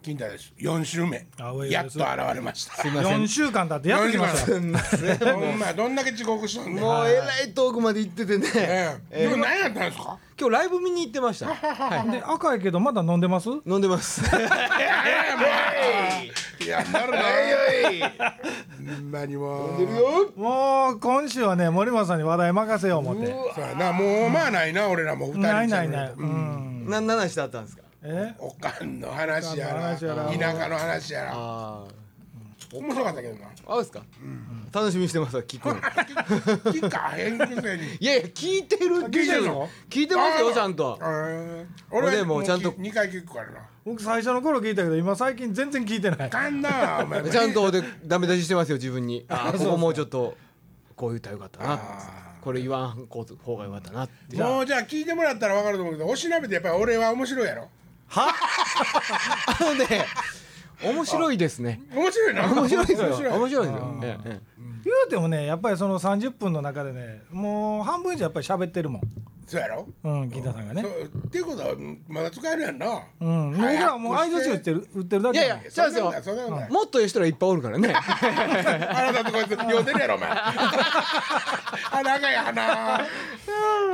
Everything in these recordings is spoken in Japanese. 近代です4週目青いやっですと現れましたすいません4週間だってやってきましたよほんまどんだけ遅刻したんだよもうえらい遠くまで行ってて ねええでも何やったんですか今日ライブ見に行ってました はいで赤いけどまだ飲んでます飲んでますいやなるな何ももう今週はね森本さんに話題任せよう思ってそうやなもうまあないな俺らも二人ないじゃないないうん 何の話だったんですかえおかんの話やおらかんの話やら田舎の話やらあ面白かったけどなああですか楽しみにしてますわ聞くの聞かへんくせにいやいや聞いてる聞いてるの聞いてますよちゃんとえー俺ではももうちゃんと2回聞くからな僕最初の頃聞いたけど今最近全然聞いてないあかんなお前ちゃんとでダメ出ししてますよ自分にああここもうちょっとこう言ったらよかったなこれ言わんこう方がよかったなっていうもうじゃあ聞いてもらったら分かると思うけどおしなべてやっぱり俺は面白いやろあのね面白いですね面白いな面白いですよ面白い面ですよええええ言うてもねやっぱりその30分の中でねもう半分以上やっぱり喋ってるもんそうやろうん金田さんがねそうっていうことはまだ使えるやんなうん僕らはもう合図中売ってる売ってるだいけやいやそうですよそんなことないもっといい人らいっぱいおるからねあなたとこいつ寄せるやろお前鼻がや鼻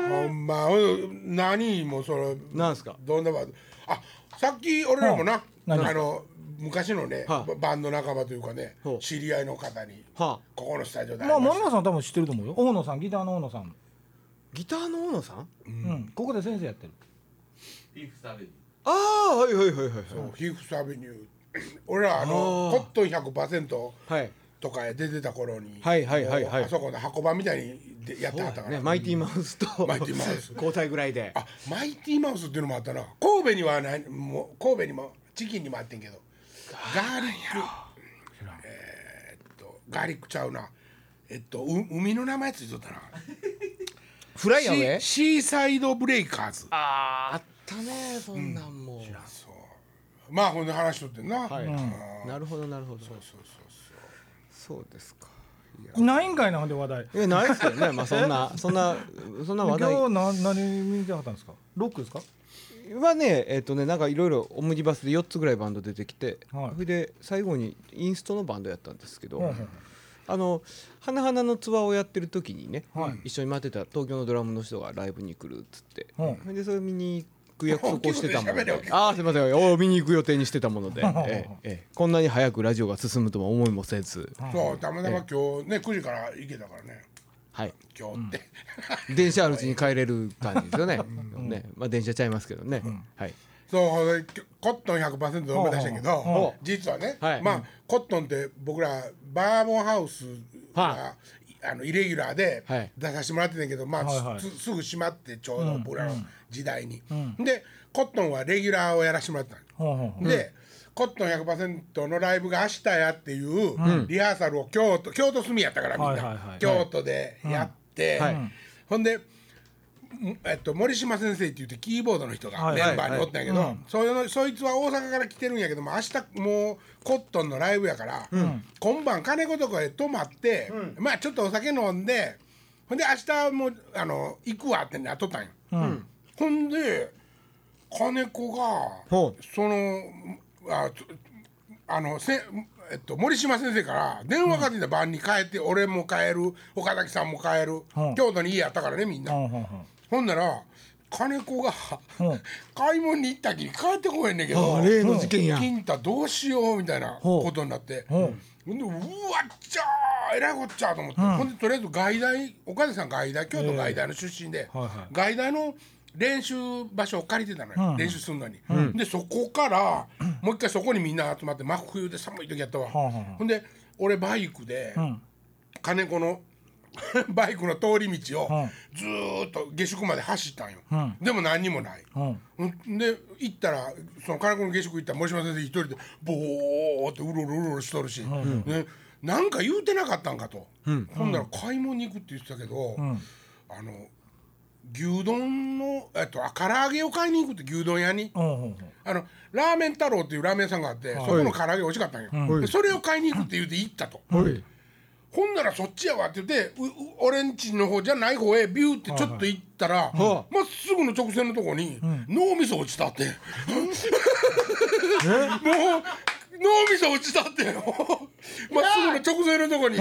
ほんまうん何もうそれなんすかどんなバンドあさっき俺らもな、何あの昔のね、はいバンド仲間というかね、ほう知り合いの方に、はあここのスタジオで会いまあま森し本さん多分知ってると思うよ大野さんギターの大野さんギターの大野さんうんここで先生やってるああはいはいはいはいたそうヒーフスアベニュー 俺らあのあーコットン100%はいとかへ出てた頃に、はいはいはいはいあそこで箱番みたいにでやってはったから、ねマイティマウスとマイティマウス交代ぐらいであマイティマウスっていうのもあったな神戸にはないもう神戸にもチキンにもあってんけどガーリックえーっとガーリックちゃうなえっとう海の名前ついとったなフライヤーウェイシシーサイドブレイカーズあーあったねそんなんもまあほんで話しとってんな、はいうんなるほどなるほどそうそうそうですかないんかいなほんで話題いやないですけどねまあそんなそんなそんな話今題日な何見てはったんですかロックですかはねえっ、とねなんかいろいろオムニバスで4つぐらいバンド出てきて、はいそれで最後にインストのバンドやったんですけど、うんうんあの花々のツアーをやってる時にね、はい一緒に待ってた東京のドラムの人がライブに来るっつって、うんそれでそれ見に行く約束をしてたもの大きい声で喋でれ大きい声ああすいませんお見に行く予定にしてたもので、ええええこんなに早くラジオが進むとは思いもせず、そうたまたま今日ね9時から行けたからねはい、今日って、電車あるうちに帰れる感じですよねね、まあ、電車ちゃいますけどね、はい、そうほんでコットン100%で思い出したけど、ほうほう実はね、はいまあコットンって僕らバーボンハウスが、はあのイレギュラーではい出させてもらってたんやけど、まあ、はいはいすすぐ閉まってちょうど僕らの時代に、でコットンはレギュラーをやらせてもらったのほうほうほうで、コットン100%のライブが明日やっていうリハーサルを京都京都住みやったからみんな、はいはいはい京都でやって、はいほんで、んえっと、森島先生って言ってキーボードの人がはいメンバーにおったんやけど、それのそいつは大阪から来てるんやけども明日もうコットンのライブやから、今晩金子とかへ泊まって、まあちょっとお酒飲んでほんで明日もうあの行くわってなっとったんや。ほんで金子がほうそのあつあのせえっと森島先生から電話かけて晩に帰って、俺も帰る岡崎さんも帰る、うん京都に家やったからねみんな、ほうほうほうほんなら金子が、うん買い物に行ったきり帰ってこへんねんけどあ例の事件や金太どうしようみたいなほうことになってほほんでうわっちゃーえらいこっちゃーと思って、ほんでとりあえず外大岡崎さん外大京都外大の出身で、えはいはい外大の練習場所を借りてたのよ、練習するのに、でそこからもう一回そこにみんな集まって真冬で寒い時やったわ、はあはあほんで俺バイクで、ん金子の バイクの通り道をうんずーっと下宿まで走ったんよ、うんでも何にもない、ううんんで行ったらその金子の下宿行ったら森島先生一人でボーってうろうろうろうろしとるし、ね、なんか言うてなかったんかと、ほんなら買い物に行くって言ってたけど、あの牛丼のえっとあ唐揚げを買いに行くって牛丼屋に。ほうほうほうあのラーメン太郎っていうラーメン屋さんがあって、そこの唐揚げ美味しかったんよ、でそれを買いに行くって言うて行ったと、はいほんならそっちやわって言ってうう俺んちの方じゃない方へビューってちょっと行ったら、まっすぐの直線のとこに脳みそ落ちたって、もう脳みそ落ちたってよまっすぐの直前のとこに、ん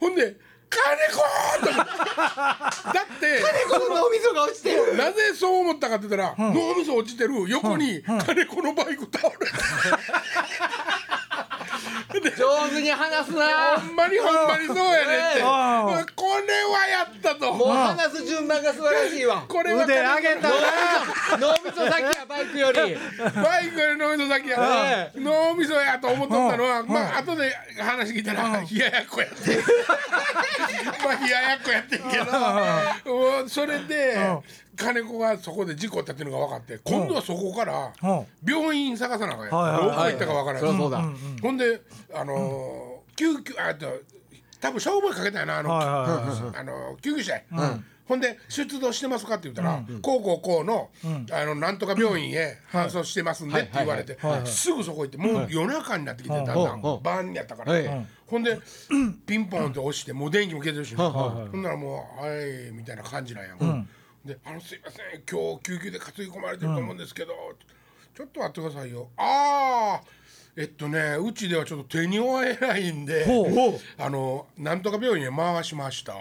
ほんで「金子!」と思ってだってこの脳みそが落ちてるなぜそう思ったかって言ったら、脳みそ落ちてる横に金子のバイク倒れて、上手に話すなほんまにほんまにそうやねんってうこれんはやったもうと話す順番が素晴らしいわこれは腕上げたな脳みそ先やバイクよりバイクより脳みそ先や脳みそやと思っとったのはまあ後で話聞いたら冷ややっこやって まあ冷ややっこやってんけどもうそれで金子がそこで事故ったっていうのが分かって今度はそこからうん病院探さなあかんやんはいはいはいどこ行ったか分からそりゃそうないだ、ほんであのー救急あと多分消防かけたよなあのはいはいはいあの救急車や、ほんで「出動してますか?」って言ったら「こうこうこうの,、あのなんとか病院へ搬送してますんで」って言われて、すぐそこ行ってもう夜中になってきてだんだん、はいはい晩やったから、はいうんほんでピンポンって押してもう電気も消えてるし、はいはいほんならもう「はい」みたいな感じなんや、で「あのすいません今日救急で担ぎ込まれてると思うんですけど、ちょっと待ってくださいよ」ああえっとねうちではちょっと手に負えないんでほうほうあのなんとか病院へ回しました、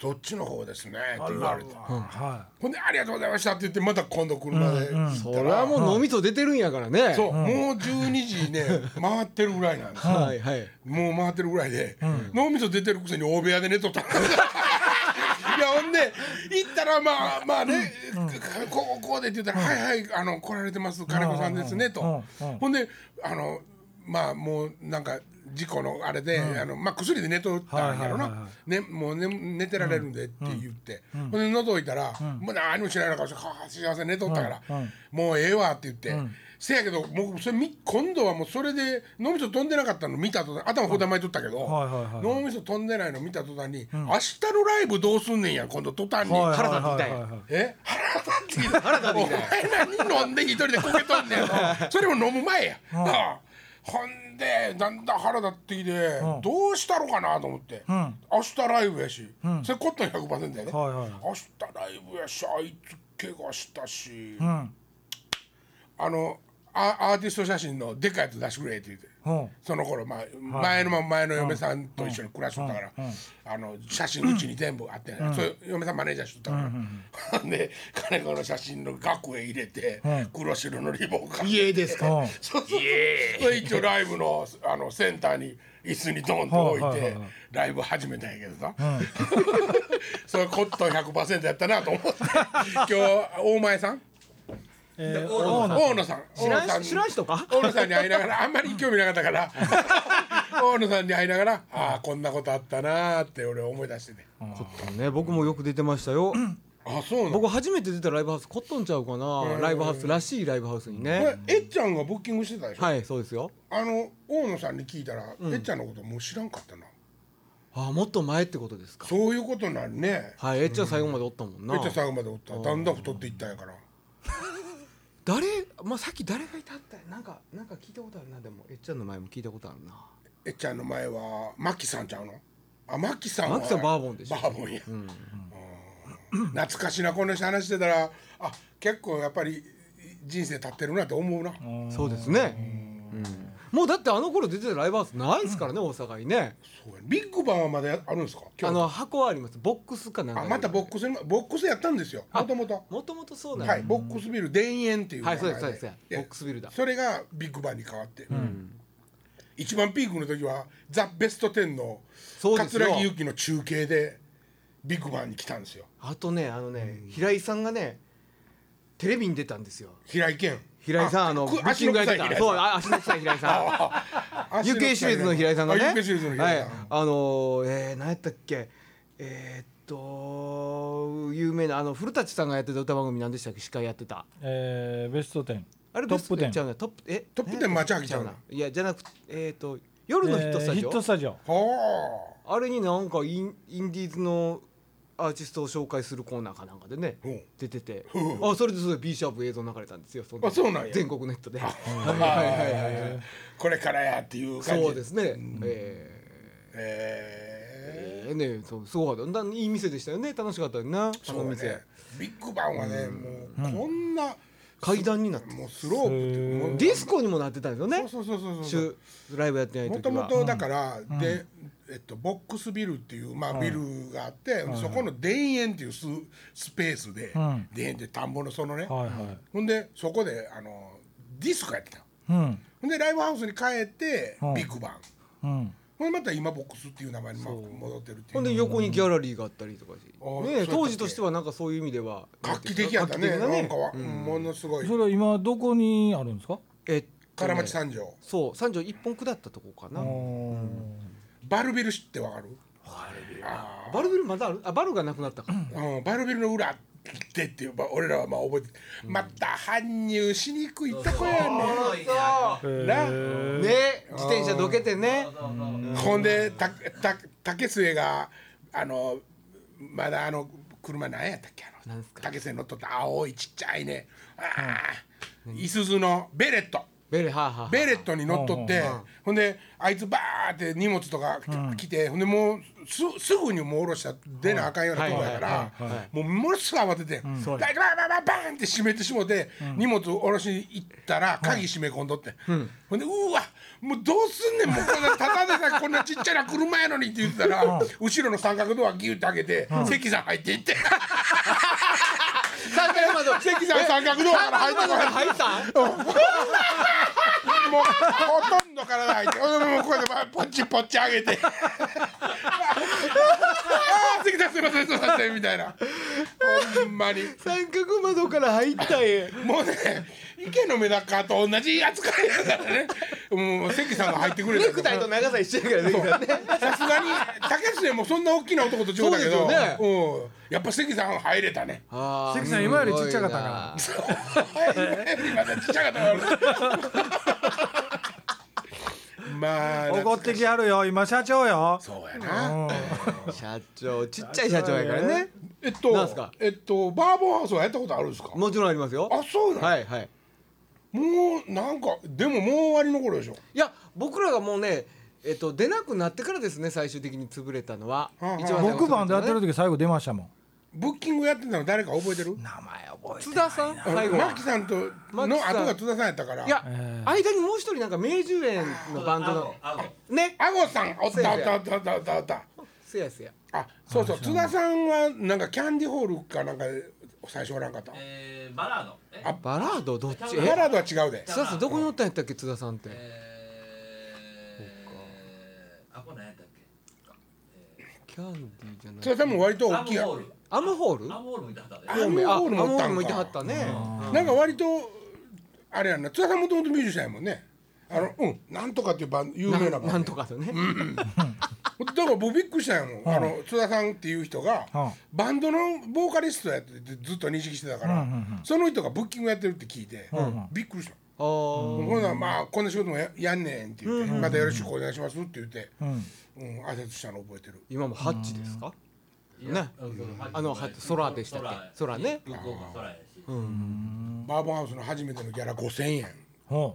そっちの方ですねって言われてはほんで「ありがとうございました」って言ってまた今度車で来そたりら、ゃもう脳みそ出てるんやからねそう、もう12時ね回ってるぐらいなんですよはいはいもう回ってるぐらいで、脳みそ出てるくせに大部屋で寝と った。いやほんで行ったらまあまあね、こうこうでって言ったら「はいはいあの来られてます金子さんですね」と、うんうんほんであのまあもうなんか事故のあれで、あのまあ、薬で寝とったんやろな、はいはいはいね、はもう、ね、寝てられるんでって言って、ほんで覗いたら、もう何も知らない顔して「はあすいません寝とったから、もうええわ」って言って、せやけどもうそれみ今度はもうそれで脳みそ飛んでなかったの見たと頭ほだまいとったけど、はいはいはい脳みそ飛んでないの見た途端に、明日のライブどうすんねんや今度途端いに。はい腹立ってきたんはいはやいはいえ腹立ってきた腹立ってきたお前何飲んで一人でこけと んねんのそれも飲む前や、なあほんでだんだん腹立ってきて、どうしたろかなと思って、明日ライブやし、それコットン100%だよね、はいはい明日ライブやしあいつ怪我したし、あのアアーティスト写真のでかいやつ出してくれって言って。うんその頃、まあ、前の前の嫁さんと一緒に暮らしとったから、あの写真うちに全部あってね、そう嫁さんマネージャーしとったから、で金子の写真の額へ入れて、黒白のリボン買って家ですかうんそうそうそう一応ライブのあのセンターに椅子にドンと置いて、はいはいはいはいライブ始めたんやけどさ、 それコットン100%やったなと思って今日大前さんえー大大野野さん知ら大野さんん知らん人か大野さんに会いながらあんまり興味なかったから 大野さんに会いながらああこんなことあったなーって俺思い出してねね僕もよく出てました よあそうなの僕初めて出たライブハウスコットンちゃうかなライブハウスらしいライブハウスにこねれえっちゃんがブッキングしてたでしょ、はいそうですよあの大野さんに聞いたら、えっちゃんのこともう知らんかったなあもっと前ってことですかそういうことになるねはいえっちゃん最後までおったもんえなっちゃん最後までおっただんだん太っていったんやから誰まあさっき誰がいたってなんかなんか聞いたことあるなでもえっちゃんの前も聞いたことあるなえっちゃんの前はマキさんちゃうのあマキさんはマキさんバーボンでしょバーボンや、うん懐かしいなこの人話してたらあ結構やっぱり人生経ってるなと思うな、そうですねうんもうだってあの頃出てたライブハウスないですからね大阪にねそうやビッグバンはまだやあるんですか京あ都の箱はありますボックスかなんかあまたボックスにボックスやったんですよもともともともとそうなんはだいボックスビル田園っていう名前はいそうですそうですボックスビルだそれがビッグバンに変わって、一番ピークの時はザ・ベスト10のそうですよ桂木由紀の中継でビッグバンに来たんですよあとねあのね平井さんがねテレビに出たんですよ平井堅平井さんあのくブッキングやって足の臭い平井たさんそうあ足の足の臭い平井さん臭い UK シリーズの平井さんがねあ UK シリーズの平は井いさん、あのーえー、何やったっけえー、っと有名なあの古舘さんがやってた歌番組なんでしたっけ司会やってたえーベスト10あれトップベストテンちゃ10うなトップえトップテン何やったっ街け歩きちゃうないやじゃなくてえー、っと夜のヒットスタえージヒオ、ットスタジオはあれになんかインインディーズのアーティストを紹介するコーナーかなんかでね、うん出てて、うんあそれでそれ B シャープ映像流れたんですよそあそうなんや全国ネットで、あはいはいはいこれからやっていう感じそうですね、ええーーえーねそうすごかっただいい店でしたよね楽しかったよなあそのう店、ね、ビッグバンはね、もうこんな階段になってもうスロープっていうもうディスコにもなってたんですよねそうそうそうそうそう週ライブやってないも時とはもとだから、で、えっと、ボックスビルっていう、まあ、ビルがあって、そこの田園っていうススペースで、ん田園って田んぼのそのね、はいはいほんでそこであのディスコやってたのうんほんでライブハウスに帰って、うんビッグバンうんほんでまた今ボックスっていう名前にまあ戻ってるっていうほんで横にギャラリーがあったりとかし、ーねそえ、うやったっけ当時としてはなんかそういう意味では画期的やったね画期な的んかは、ものすごいそれは今どこにあるんですかえっとね金町三条そう三条一本下ったとこかなバルビル知ってわかるバルビルまだあるあバルがなくなったからうん、バルビルの裏でっていう、まあ、俺らはまあ覚えて、また搬入しにくいとこやねんな、ね自転車どけてねほんでたた竹末があのまだあの車何やったっけあなんのすか竹末乗っとった青いちっちゃいねああいすずのベレットベレハーハーベレットに乗っとってほんであいつバーって荷物とか来て、ほんでもうすすぐにもう下ろしたら出なあかんようなとこやからはいはいはいはいもうものすごい慌てて、そうバーバーバーバーンって閉めてしもて、荷物下ろしに行ったら鍵閉め込んどって、ほんでうわもうどうすんねんもうこんなただで さえこんなちっちゃな車やのにって言ってたら、後ろの三角ドアギュッて開けて、関さん入っていって三角窓関さん三角ドアから入ってこな窓かいら入ったもうほとんど体入って俺もこうやってポッチポッチ上げてああ関さんすいませんすいませんみたいなほんまに三角窓から入ったえもうね池のメダカと同じ扱いだからねもう関さんが入ってくれたネクタイと長さ一緒やからそねうさすがに竹末もそんな大きな男と違うだけどそうですようんやっぱ関さんは入れたね関さん今よりちっちゃかったから今だちっちゃか ったまあ怒ってきはるよ今社長よそうやな社長ちっちゃい社長やからねえっと、なんすかえっと、バーボンハウスはやったことあるんですか。もちろんありますよあ、そうなの、はいはいもう、なんか、でも、もう終わりの頃でしょいや僕らがもうねえっと出なくなってからですね最終的に潰れたのはうんうん一番最後僕番でやってる時最後出ましたもんブッキングやってたの、誰か覚えてる。名前覚えて津田さん最後マキさんと、のマキさん後が津田さんやったから。いや、間にもう一人なんか明寿園のバンドのねあごさん、おったおったおったおったおったおった。せやせやあ、そうそう、津田さんは、なんかキャンディホールかなんかで、最初はなんかと。えー、バラード。えあバラードどっちバえラードは違うで。津田さんどこにおったんやったっけ津田さんってえー、あ、これ何やったっけキャンディーじゃ津ない田さんも割とア大ムきいや。ホール。アムホールアムホールもいてはったで。あ方面アムホールもおったんかアムホールもいてはったねなんか割と、あれやんな、津田さんもともとミュージシャンやもんね。あの、うん、なんとかっていうバン有名なバンド。なんとかとねだから僕びっくりしたんやもん、あの津田さんっていう人が、うんバンドのボーカリストやっててずっと認識してたから、うんうんうんその人がブッキングやってるって聞いて、びっくりした、あーほんならまあこんな仕事もややんねんって言って、またよろしくお願いしますって言って、んうん、挨拶したの覚えてる今もハッチですかいやねうんあのは空でしたっけ空ね向こうが空やし。バーボンハウスの初めてのギャラ5000円うん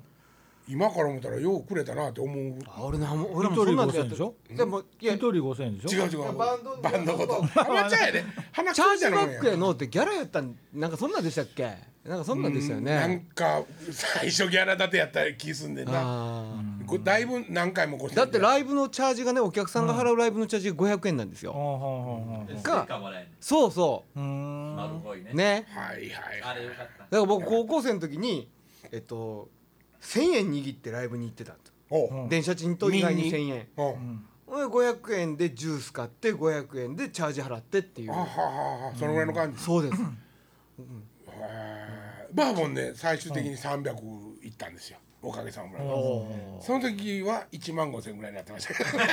今から思ったらようくれたなって思う違あ俺な俺らもそんなんでやっ一人五千でてしょでもいや一人五千円でしうょ違うバンドバンドのこと鼻ちゃんやで鼻くチャそーみたいなジバもんッやクやのってギャラやったんなんかそんなんでしたっけなんかそんなんでしたよなんねか最初ギャラ立てやった気すんでんなあーこだいぶ何回も5000円だってライブのチャージがねお客さんが払うライブのチャージが500円なんですうよんうんうんうんでステかッカーもらえんねそうそうんん。丸っこいね。う。ねはいはいあれよかった。だから僕高校生の時にえっと1000円握ってライブに行ってたとおう、電車賃と以外に1000円おうほんで500円でジュース買って500円でチャージ払ってっていうあはははそのぐらいの感じ、そう ですへーバーボンで最終的に300いったんですよおかげさまで、その時は1万5000ぐらいになってましたけど だい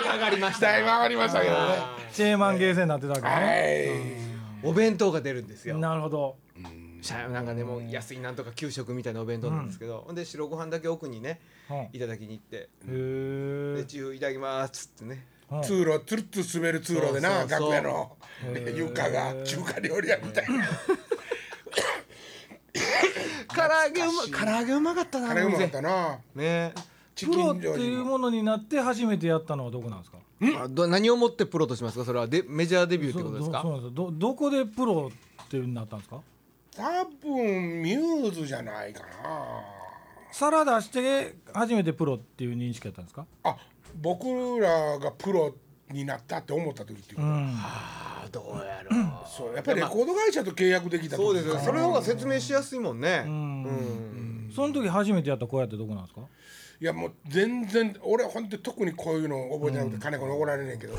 ぶ上がりましただいぶ上がりましたけどねチェーマンゲーセンになってたわけねはお弁当が出るんですよなるほどしゃなんかねもう安いなんとか給食みたいなお弁当なんですけど、ほんで白ご飯だけ奥にねうんへいただきに行って「えで中いただきます」っつってねい通路つるつる滑る通路でなそうそうそう楽屋の床が中華料理屋みたいな唐揚げうま唐揚げうまかったなあれうまかったなねチプキロっンてジョージいうもものになって初めてやったのはどこなんですかあど何をもってプロとしますかそれはでメジャーデビューってことですそかうそうなんですよどどこでプロってなったんですか多分ミューズじゃないか皿出して初めてプロっていう認識やったんですか、なあ僕らがプロになったって思った時っていううこと、ん、あーどうやろうそうやっぱりレコード会社と契約できた時そうですよかそれの方が説明しやすいもんねんうんその時初めてやった声ってどこなんですかいやもう全然俺ほんと特にこういうの覚えてなくて金子に怒られんねんけど、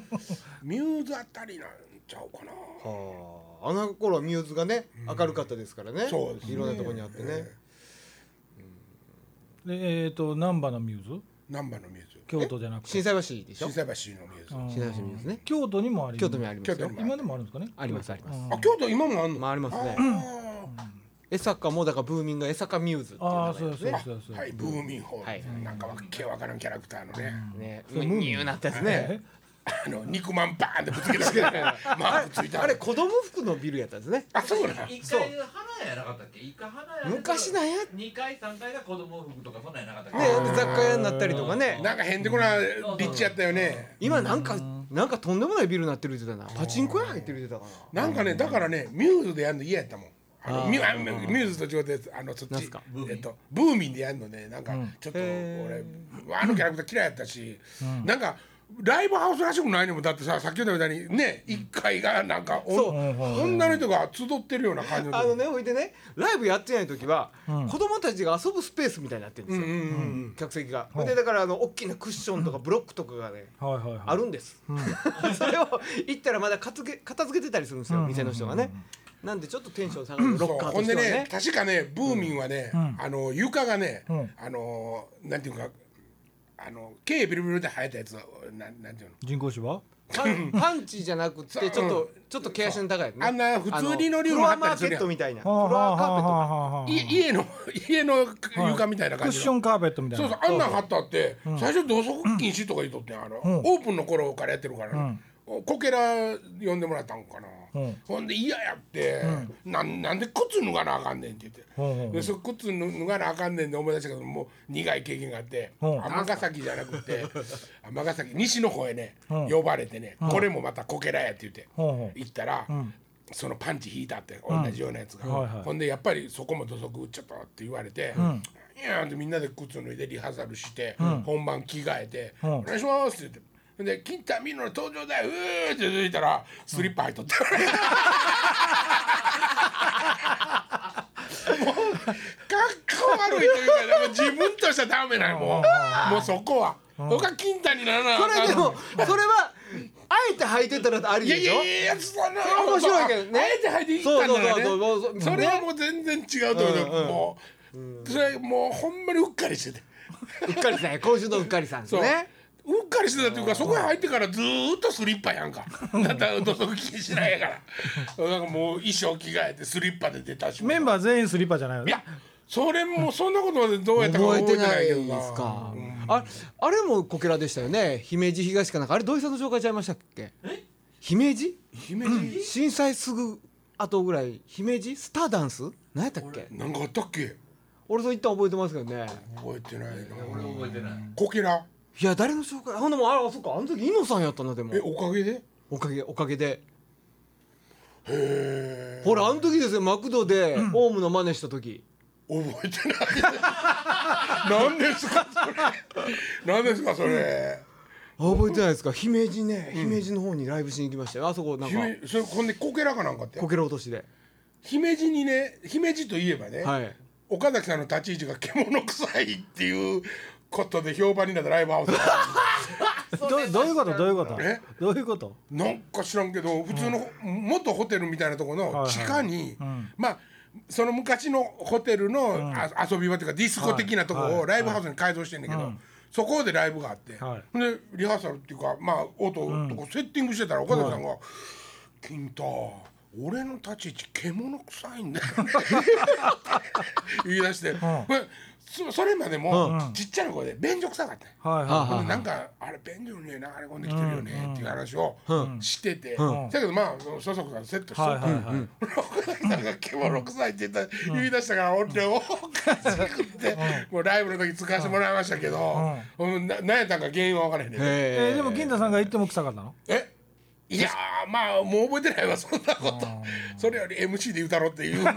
ミューズあたりなんちゃうかなはああの頃はミューズがね明るかったですからねそうですねいろんなところにあってねでえっ、と難波のミューズ難波のミューズ京都じゃなくて心斎橋でしょ心斎橋のミューズ、うん心斎橋ミューズね京都にもありま京す都にあります京都よに今でもあるんですかねありますありますあ京都今もあんの、まあありますねあ江坂もだからブーミング江坂ミューズっていう名前ああそうですそうですそうですーはいブーミンホール、はいなんかわけわからんキャラクターのね、ねニューなったやつねあの肉まんバーンってぶつけた けどマークついたあれ子供服のビルやったんですねあそうなん一そう回花屋やなかったっけ一回花屋昔なんやね二回三回が子供服とかそんなんやなかったっけほんで雑貨屋になったりとかねなんかへんでこな立地やったよね今なんかなんかとんでもないビルになってるって言ってたなパチンコ屋入ってるって言ってたかなんかねだからねミューズでやるの嫌やったもんあのミュあミューズと違ってあのそっなんちすかえっと、ブーミンでやるのねなんかちょっと俺へあのキャラクター嫌いやったし、なんかライブハウスらしくないのもだってささっき言ったみたいにね一階がなんかおそう女の人が集ってるような感じのなあのねほいでねライブやってない時は子供たちが遊ぶスペースみたいになってるんですうんようんうん客席が、でだからあの大きなクッションとかブロックとかがね、はいはいはいあるんです、それを行ったらまだ片付け片付けてたりするんですよ、店の人がねなんでちょっとテンション下がるロそうッカーほとんしでてはねね確かねブーミンはね、あの床がね、んあのなんていうかあの毛ビルビルで生えたやつなんなんていうの人工芝パンパンチじゃなくてちょっと、ちょっと毛足の高いやつねあんな普通にのあリュウフもロあアっマたりーすケるやッんトみたいなフはあはロあアカーペッはトかあはあい家の家の床みたいなク感ッじシのョンカーペットみたいそうなそうあんなん貼ったって最初土足禁止とか言うとってんあのんオープンの頃からやってるからねこけら呼んでもらったんかなうんほんで嫌やってなんなんで靴脱がなあかんねんって言うんうっんうてんでそ靴脱がなあかんねんって思い出したけどもう苦い経験があってうん尼崎じゃなく て尼崎西の方へねうん呼ばれてねこれもまたこけらやって言ってほうほう行ったら、んそのパンチ引いたって同んじようなやつが、はいはいほんでやっぱりそこも土足打っちゃったって言われて、んいやーってみんなで靴脱いでリハーサルして、本番着替えて、うんお願いしますって言って。で、金田美濃の登場だよ、うーって出てきたら、スリッパ入っとった。もう、かっこ悪いというか、もう自分としてはダメなの、もう、もうそこは。僕は金田にならなあそかんれでもそれはあえて履いてたらありいやでいしょやいやそんなれ面白いけどねあえて入っていったんだからねそうそうそうそうそれはもう全然違うと思うけど、うんうんもうそれもうほんまにうっかりしててうっかりさんや今週のうっかりさんですそうねうっかりしてたっていうかそこへ入ってからずーっとスリッパやんかだった土足禁止なんやからなんかもう衣装着替えてスリッパで出たしメンバー全員スリッパじゃないよいねやそれもそんなことまでどうやったか覚覚ええててなないいけどなですか、ああれもこけらでしたよね姫路東かなんかあれ土井さんの紹介ちゃいましたっけ姫路姫路震災すぐ後ぐらい姫路スターダンス何やったっけなんかあったっけ俺そう一旦覚えてますけどね覚えてない俺な覚えてないこけらいや誰の紹介あほんでもああそっかあの時猪野さんやったなでもえおかげでおかげおかげでへえほらあの時ですよマクドでオウムの真似した時、覚えてない。何ですかそれ。何ですかそれ。あ覚えてないですか姫路ね姫路の方にライブしに行きましたよあそこなんか姫それほんでこけらかなんかってこ。けら落としで姫路にね姫路といえばね、はい岡崎さんの立ち位置が獣臭いっていうことで評判になったライブハウス。どどういうことどういうことえどういうことなんか知らんけど普通の、元ホテルみたいなところいはのい地下に、まあその昔のホテルの、あ遊び場というかディスコ的なとこはいろはをライブハウスに改造してんだけど、そこでライブがあって、はでリハーサルっていうかまあ音とかセッティングしてたら岡田さんが「金太俺の立ち位置獣臭いんだよね」 言い出して、そそれまでも、ちっちゃな声で便所臭かったよはいあははほんでなんかあれ便所にね流れ込んできてるよねっていう話をしてて、だけどまあその笹子さんセットしいはいはいてはい岡崎さんが「獣臭い」って言った言い出したから俺おかしくってもうライブの時使わせてもらいましたけどもうな何やったんか原因は分からへんねんへえーでも金太さんが言っても臭かったのえいやーまあもう覚えてないわそんなことそれより MC で歌ろうっていうの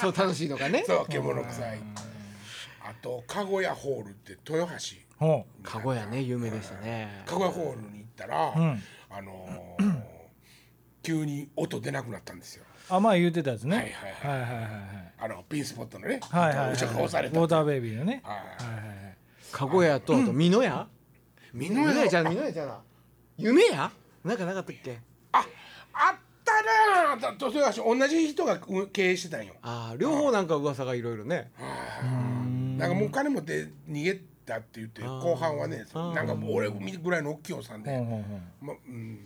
そう楽しいのかねそう獣臭いあと籠屋ホールって豊橋ほうかごやね有名でしたね籠屋ホールに行ったら、んあのー急に音出なくなったんですよあまあ言ってたやつねはいはいはいはいはいあのピンスポットのね、はいはいはいお茶が押されウォたーターベイビーのねはいはいはいはいかごやとあと美濃屋美美濃屋じゃん美濃屋じゃな夢屋なんかなかったっけああったなだと豊橋同じ人がうん経営してたんよああ両方なんか噂がいろいろねなんかもう金持って逃げたって言ってー後半はねなんかもう俺ぐらいの大きいおっさんで、ほうほうほうまうん、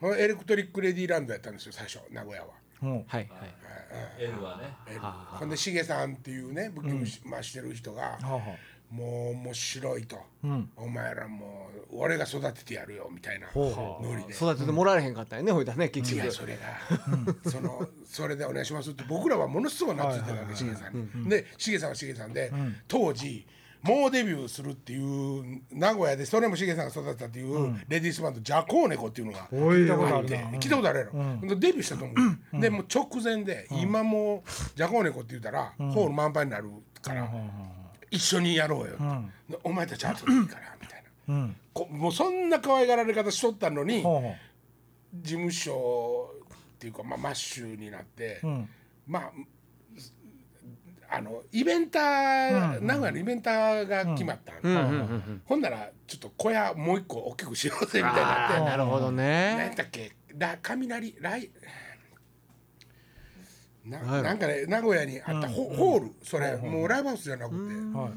このエレクトリック・レディーランドやったんですよ最初名古屋は。ほはいはいエルはねえほんでしげさんっていうねブッキングし,、まあ、してる人がうほうほ「もう面白い」とううん「お前らもう俺が育ててやるよ」みたいなほうほうノリで。育ててもらえへんかったよねほいだね結いや局それがそのそれでお願いしますって僕らはものすごい懐いてたわけしげさんに。でしげさんはしげさんで当時もうデビューするっていう名古屋でそれもしげさんが育てたっていうレディースバンドジャコーネコっていうのが聞いたことあ入っるてな聞いたことあるやろ、でデビューしたと思う、でもう直前で、今もうジャコーネコって言ったら、ホール満杯になるから、一緒にやろうよって、でお前たち後でいいからみたいな、んこもうそんな可愛がられ方しとったのに、ほうほ事務所っていうか、まあ、マッシュになって、ううんまあすあのイベンター、名古屋のイベンターが決まったん、うんうんうんほんならちょっと小屋もう一個大きくしようぜみたいになっあてあ。なるほど何やっねたっけラ雷雷な何やろなんかね名古屋にあったホ,、ホールそれ、もうライブハウスじゃなくて、うんはい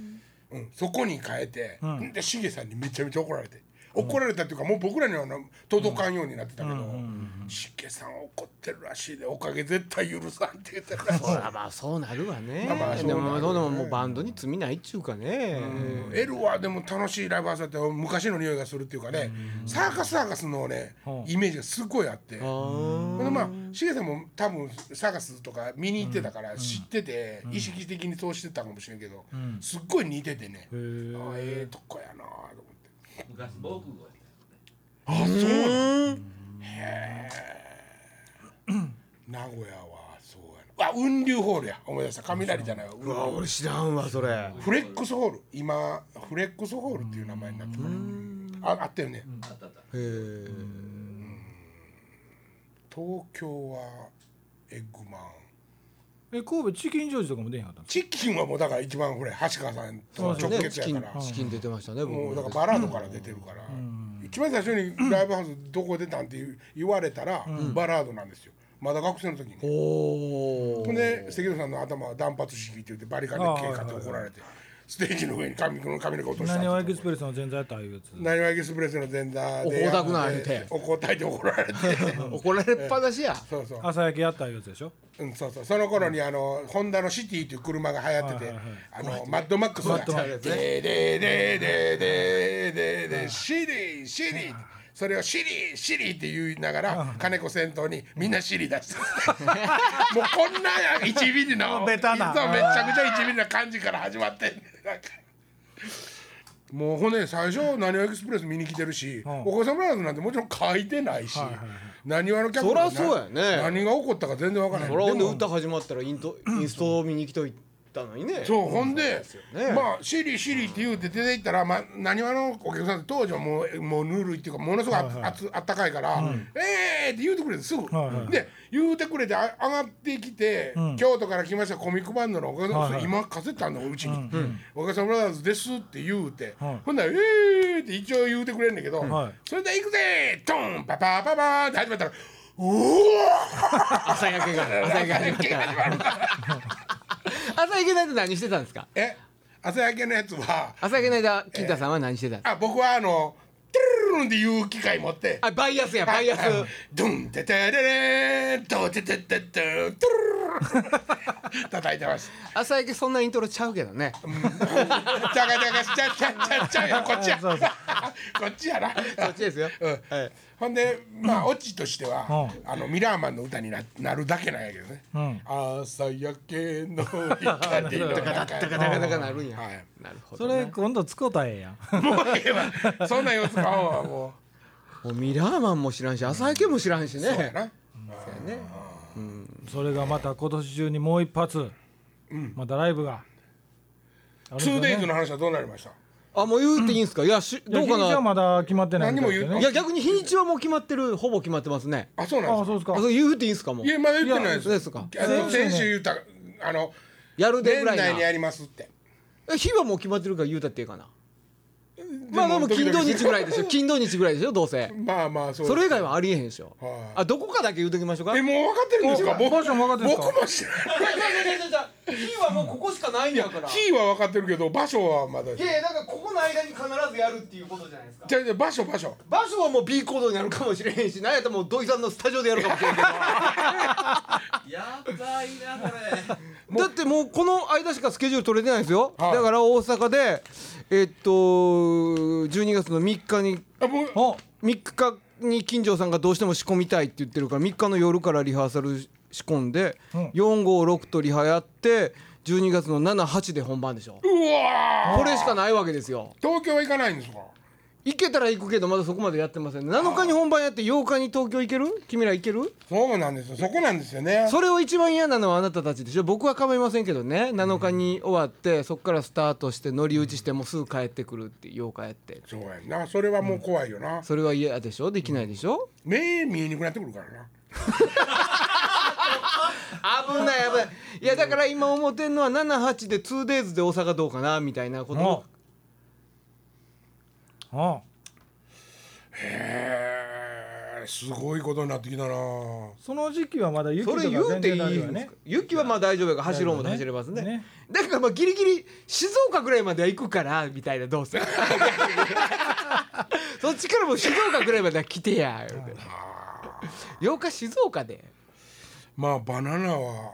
そこに変えて、でしげさんにめちゃめちゃ怒られて怒られたっていうかもう僕らにはな届かんようになってたけどしげ、さん怒ってるらしいでおかげ絶対許さんって言ってる らしいそらまあそうなるわねまあまあそうなでるわねもそうでももうバンドに罪ないっちゅうかね L はでも楽しいライブハウスだって昔の匂いがするっていうかねサーカスサーカスのねイメージがすごいあって。あーほんでまあシゲさんも多分サガスとか見に行ってたから知ってて、意識的にそうしてたかもしれんけど、すっごい似ててね、ああええとこやなあと思って昔防空壕やったあそうなんへえ名古屋はそうやなあ雲龍ホールや思い出した雷じゃないわうわ俺知らんわそれフレックスホール今フレックスホールっていう名前になってたああったよね、あったあったへえ東京はエッグマンえ神戸チキンジョージとかも出へんかったのチキンはもうだから一番これ橋川さんとそ直うね結チやキかンら、チキン出てましたね僕もうだもからバラードから出てるから、一番最初にライブハウスどこ出たんって言う言われたら、バラードなんですよまだ学生の時に、おほんおで関戸さんの頭は断髪式って言ってバリカンでああ毛買って怒られてステージの上に髪の髪の毛落としたなにわエってクスプレスの前座やったああいうやつなにわエキスプレスの前座で怒ったくない言うて怒ったいて怒られて怒られっぱなしや そうそう朝焼けやったああいうやつでしょうん、そうそうその頃にあの、ホンダのシティという車が流行ってて、はいはいあのマッドマックスがマッドマックスねでででででででシリーシリーそれをシリーシリーって言いながら金子先頭にみんなシリ出してもうこんな1ミリのベタなそうめちゃくちゃ1ミリな感じから始まってんねなんかもうほんで最初なにわエクスプレス見に来てるし、んお子様ラーズなんてもちろん書いてないし、なにわの客そらそうやね何が起こったか全然わからないそらほんで歌始まったらイントインスト見に来といたのにねそうほんで、ねまあ「シリシリ」って言うて出て行ったらまあなにわのお客さんって当時はもうもうぬるいっていうかものすごいあ,、つあったかいから「ええー!」って言うてくれてすぐ、はいはいで言うてくれてあ上がってきて、京都から来ましたコミックバンドのお客さん、はいはい今カセットあんのうちに、お客さんブラザーズです」って言うて、はいほんなら「ええー!」って一応言うてくれんだけど、はいそれで「行くぜトンパパパパー!」って始まったら「うお 朝焼けがー!」 朝焼けが始ま朝っ焼けた始まる朝焼けの間何してたんですかえ朝焼けのやつは朝焼けの間金太さんは何してたんですかあ僕はあの「テルルルン」っていう機械持ってあバイアスやバイアスドンテテレレンドテテテテントゥルルルルン叩いてます 朝焼けそんなイントロちゃうけどねチャカチャカチャチャチャチャやこっちやそうそうこっちやなそっちですようんはいほんでまあオチとしてはうあのミラーマンの歌にななるだけなんやけどねうん「朝焼けの光の中なでかなかなるんやはいなるほそどねれ今度使うたらええやんもうええわそんなん様子かもうもうミラーマンも知らんし浅井家も知らんしね、そうやなそうやねそれがまた今年中にもう一発、またライブがあるんですよね 2days の話はどうなりましたあもう言うていいんですかいやしいやどうか日にちはなまだ決まってないみたいですよ何もい言ねや逆に日にちはもう決まってるほぼ決まってますねあそうなんあであすそうかですかあそう言うていいんですかもういやまだ言ってないですいやそうですあの先週ね先週言ったあのやるで年ぐらいな内にやりますってえ日はもう決まってるから言うたっていいかなまあでもドキ金ド土キ日ぐらいでしょ金土日ぐらいでしょどうせまあまあそうそれ以外はありえへんでしょはいあどこかだけ言うときましょうかえもう分かってるんですかもう場所も分かってるんですか僕も知らない日はもうここしかないんやからキーは分かってるけど場所はまだやだからここの間に必ずやるっていうことじゃないですかじゃあじゃあ場所場所場所はもう B コードになるかもしれへんし何やったらもう土井さんのスタジオでやるかもしれんけどやばいなこれだってもうこの間しかスケジュール取れてないんですよ、はいだから大阪でえっと12月の3日にあもうお3日に金城さんがどうしても仕込みたいって言ってるから3日の夜からリハーサル仕込んで、うん456とリハやって12月の78で本番でしょうわーこれしかないわけですよ東京は行かないんですか行けたら行くけどまだそこまでやってません7日に本番やって8日に東京行ける君ら行けるそうなんですよそこなんですよねそれを一番嫌なのはあなたたちでしょ僕は構いませんけどね7日に終わってそこからスタートして乗り打ちしてもうすぐ帰ってくるって8日やってそうやんなそれはもう怖いよなそれは嫌でしょできないでしょ目見えにくくなってくるからな危ない危ないいやだから今思ってんのは78で 2days で大阪どうかなみたいなことおをおへえすごいことになってきたなその時期はまだ雪とそかれ言う全て然いい大丈夫よんですねか雪はまあ大丈夫やから走ろうも大丈夫ね走れますねねだからまあギリギリ静岡ぐらいまでは行くからみたいなどうせそっちからも静岡ぐらいまでは来てや言うて8日静岡でまあバナナは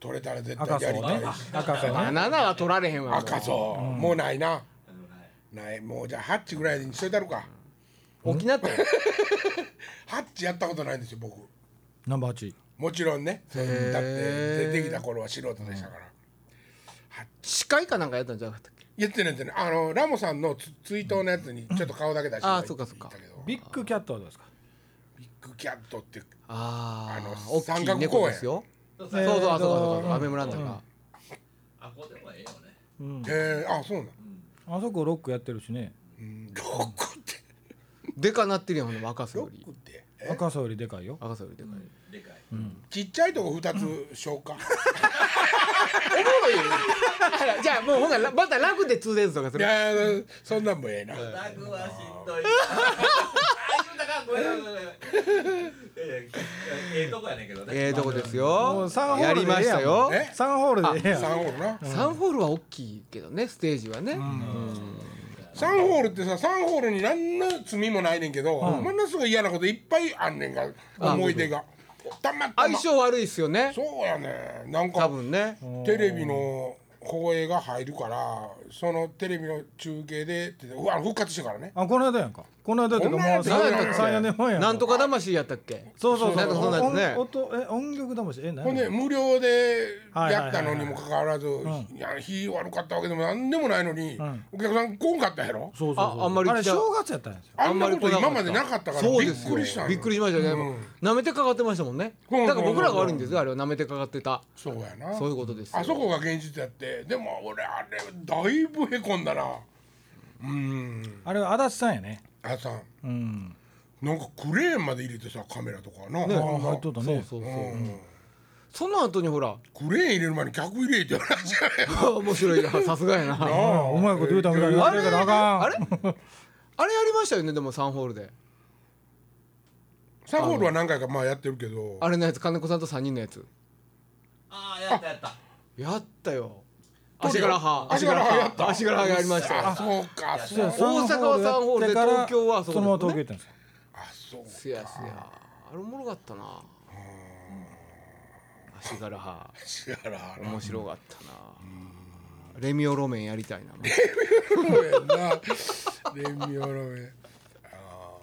取れたら絶対赤そやうりたいねし赤そうバねナナは取られへんわ赤そう、もうないなないもうじゃあハッチぐらいにしといたるか沖縄ってハッチやったことないんですよ僕ナンバー8もちろんねだってへー出てきた頃は素人でしたから、司会かなんかやったんじゃなかったっけ言ってない言ってないあのラモさんのツツイートのやつにちょっと顔だけ出してあーそうかそうか言ったけどビビッグキャットはどうですかッグキャットってあああの大きい猫ですよそうそうさそうあそうえーとかそうか雨村の中うんあこでもええよねえー、あそうなん、あそこロックやってるしねうん、ロックってでかなってるやんほんでも赤瀬ロよッりクってえ赤さよりでかいよ赤瀬よりでかいでかいちっちゃいとこ二つ消化じゃあもうほんならまた楽で 2days とかすいるやーそんなんもええな、ラグはしんどいあ言うたかごめんごめんごめんいやいやええとこやねんけど ねええとこですもよう三ホーやルでえりえやんましたよえサンホールでええやんサンホールな、サンホールは大きいけどねステージはねサンホールってさサンホールに何の罪もないねんけど、ものすごい嫌なこといっぱいあんねんが思い出がたまた相ま性悪いっすよねそうやねなん多か分ねテレビの放映が入るからそのテレビの中継でってうわ復活してからねあこの間やんかこの間っていうかもうこんなやつやん34年前やんなんとか魂やったっけそうそうそうなんかそんなやつねお音え音曲魂え何ほんでや無料ではいやったのにもかかわらず、いや日悪かったわけでも何でもないのに、お客さん来んかったやろそうそうそうああんまりあれ正月やったんですよあんなこと今来かったまでなかったからそうびっですよくりしたんよびっくりしましたねでも舐めてかかってましたもんねうんだから僕らが悪いんですよあれは舐めてかかってたそうやなそういうことですよあそこが現実やってでも俺あれだいぶへこんだなうんあれは足立さんやねあさんうんなんかクレーンまで入れてさカメラとかな、ねあんな入っとったそうねそうそううんその後にほら クレーン入れる前に客入れてよな じゃあ面白いなさすがやなあうまいこと言うたみたいに言あわれれあるかれらあかん あれやりましたよねでもサンホールでサンホールは何回かまあやってるけどあれのやつ金子さんと3人のやつああやったやったやったよ足柄派足柄派やった足柄派やりましたよあそうかそうか大大阪はサンホールで東京はそそうのまま東京行ですったんですよあそうすやすやあれおもろかったな足柄派知らな面白かったなレミオロメンやりたいな そうやんなレミオロメンあ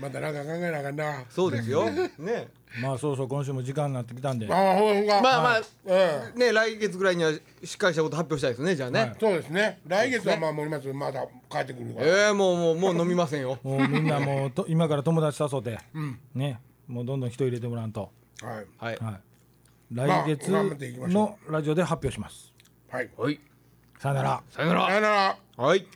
またなんか考えなあかんなそうですよ。 ね。まあそうそう今週も時間になってきたんで、ああほんままあまあ、えね、来月ぐらいにはしっかりしたこと発表したいですね、じゃあね。はいそうですね来月はまあ森松まだ帰ってくるから、ええもう、もう、もう飲みませんよ。もうみんなもうと今から友達誘って、ねもうどんどん人入れてもらわんと、はいはい。はい、来月まあ頑張っていきましょのラジオで発表しますはいはい。さよならさよなさら。よならはい。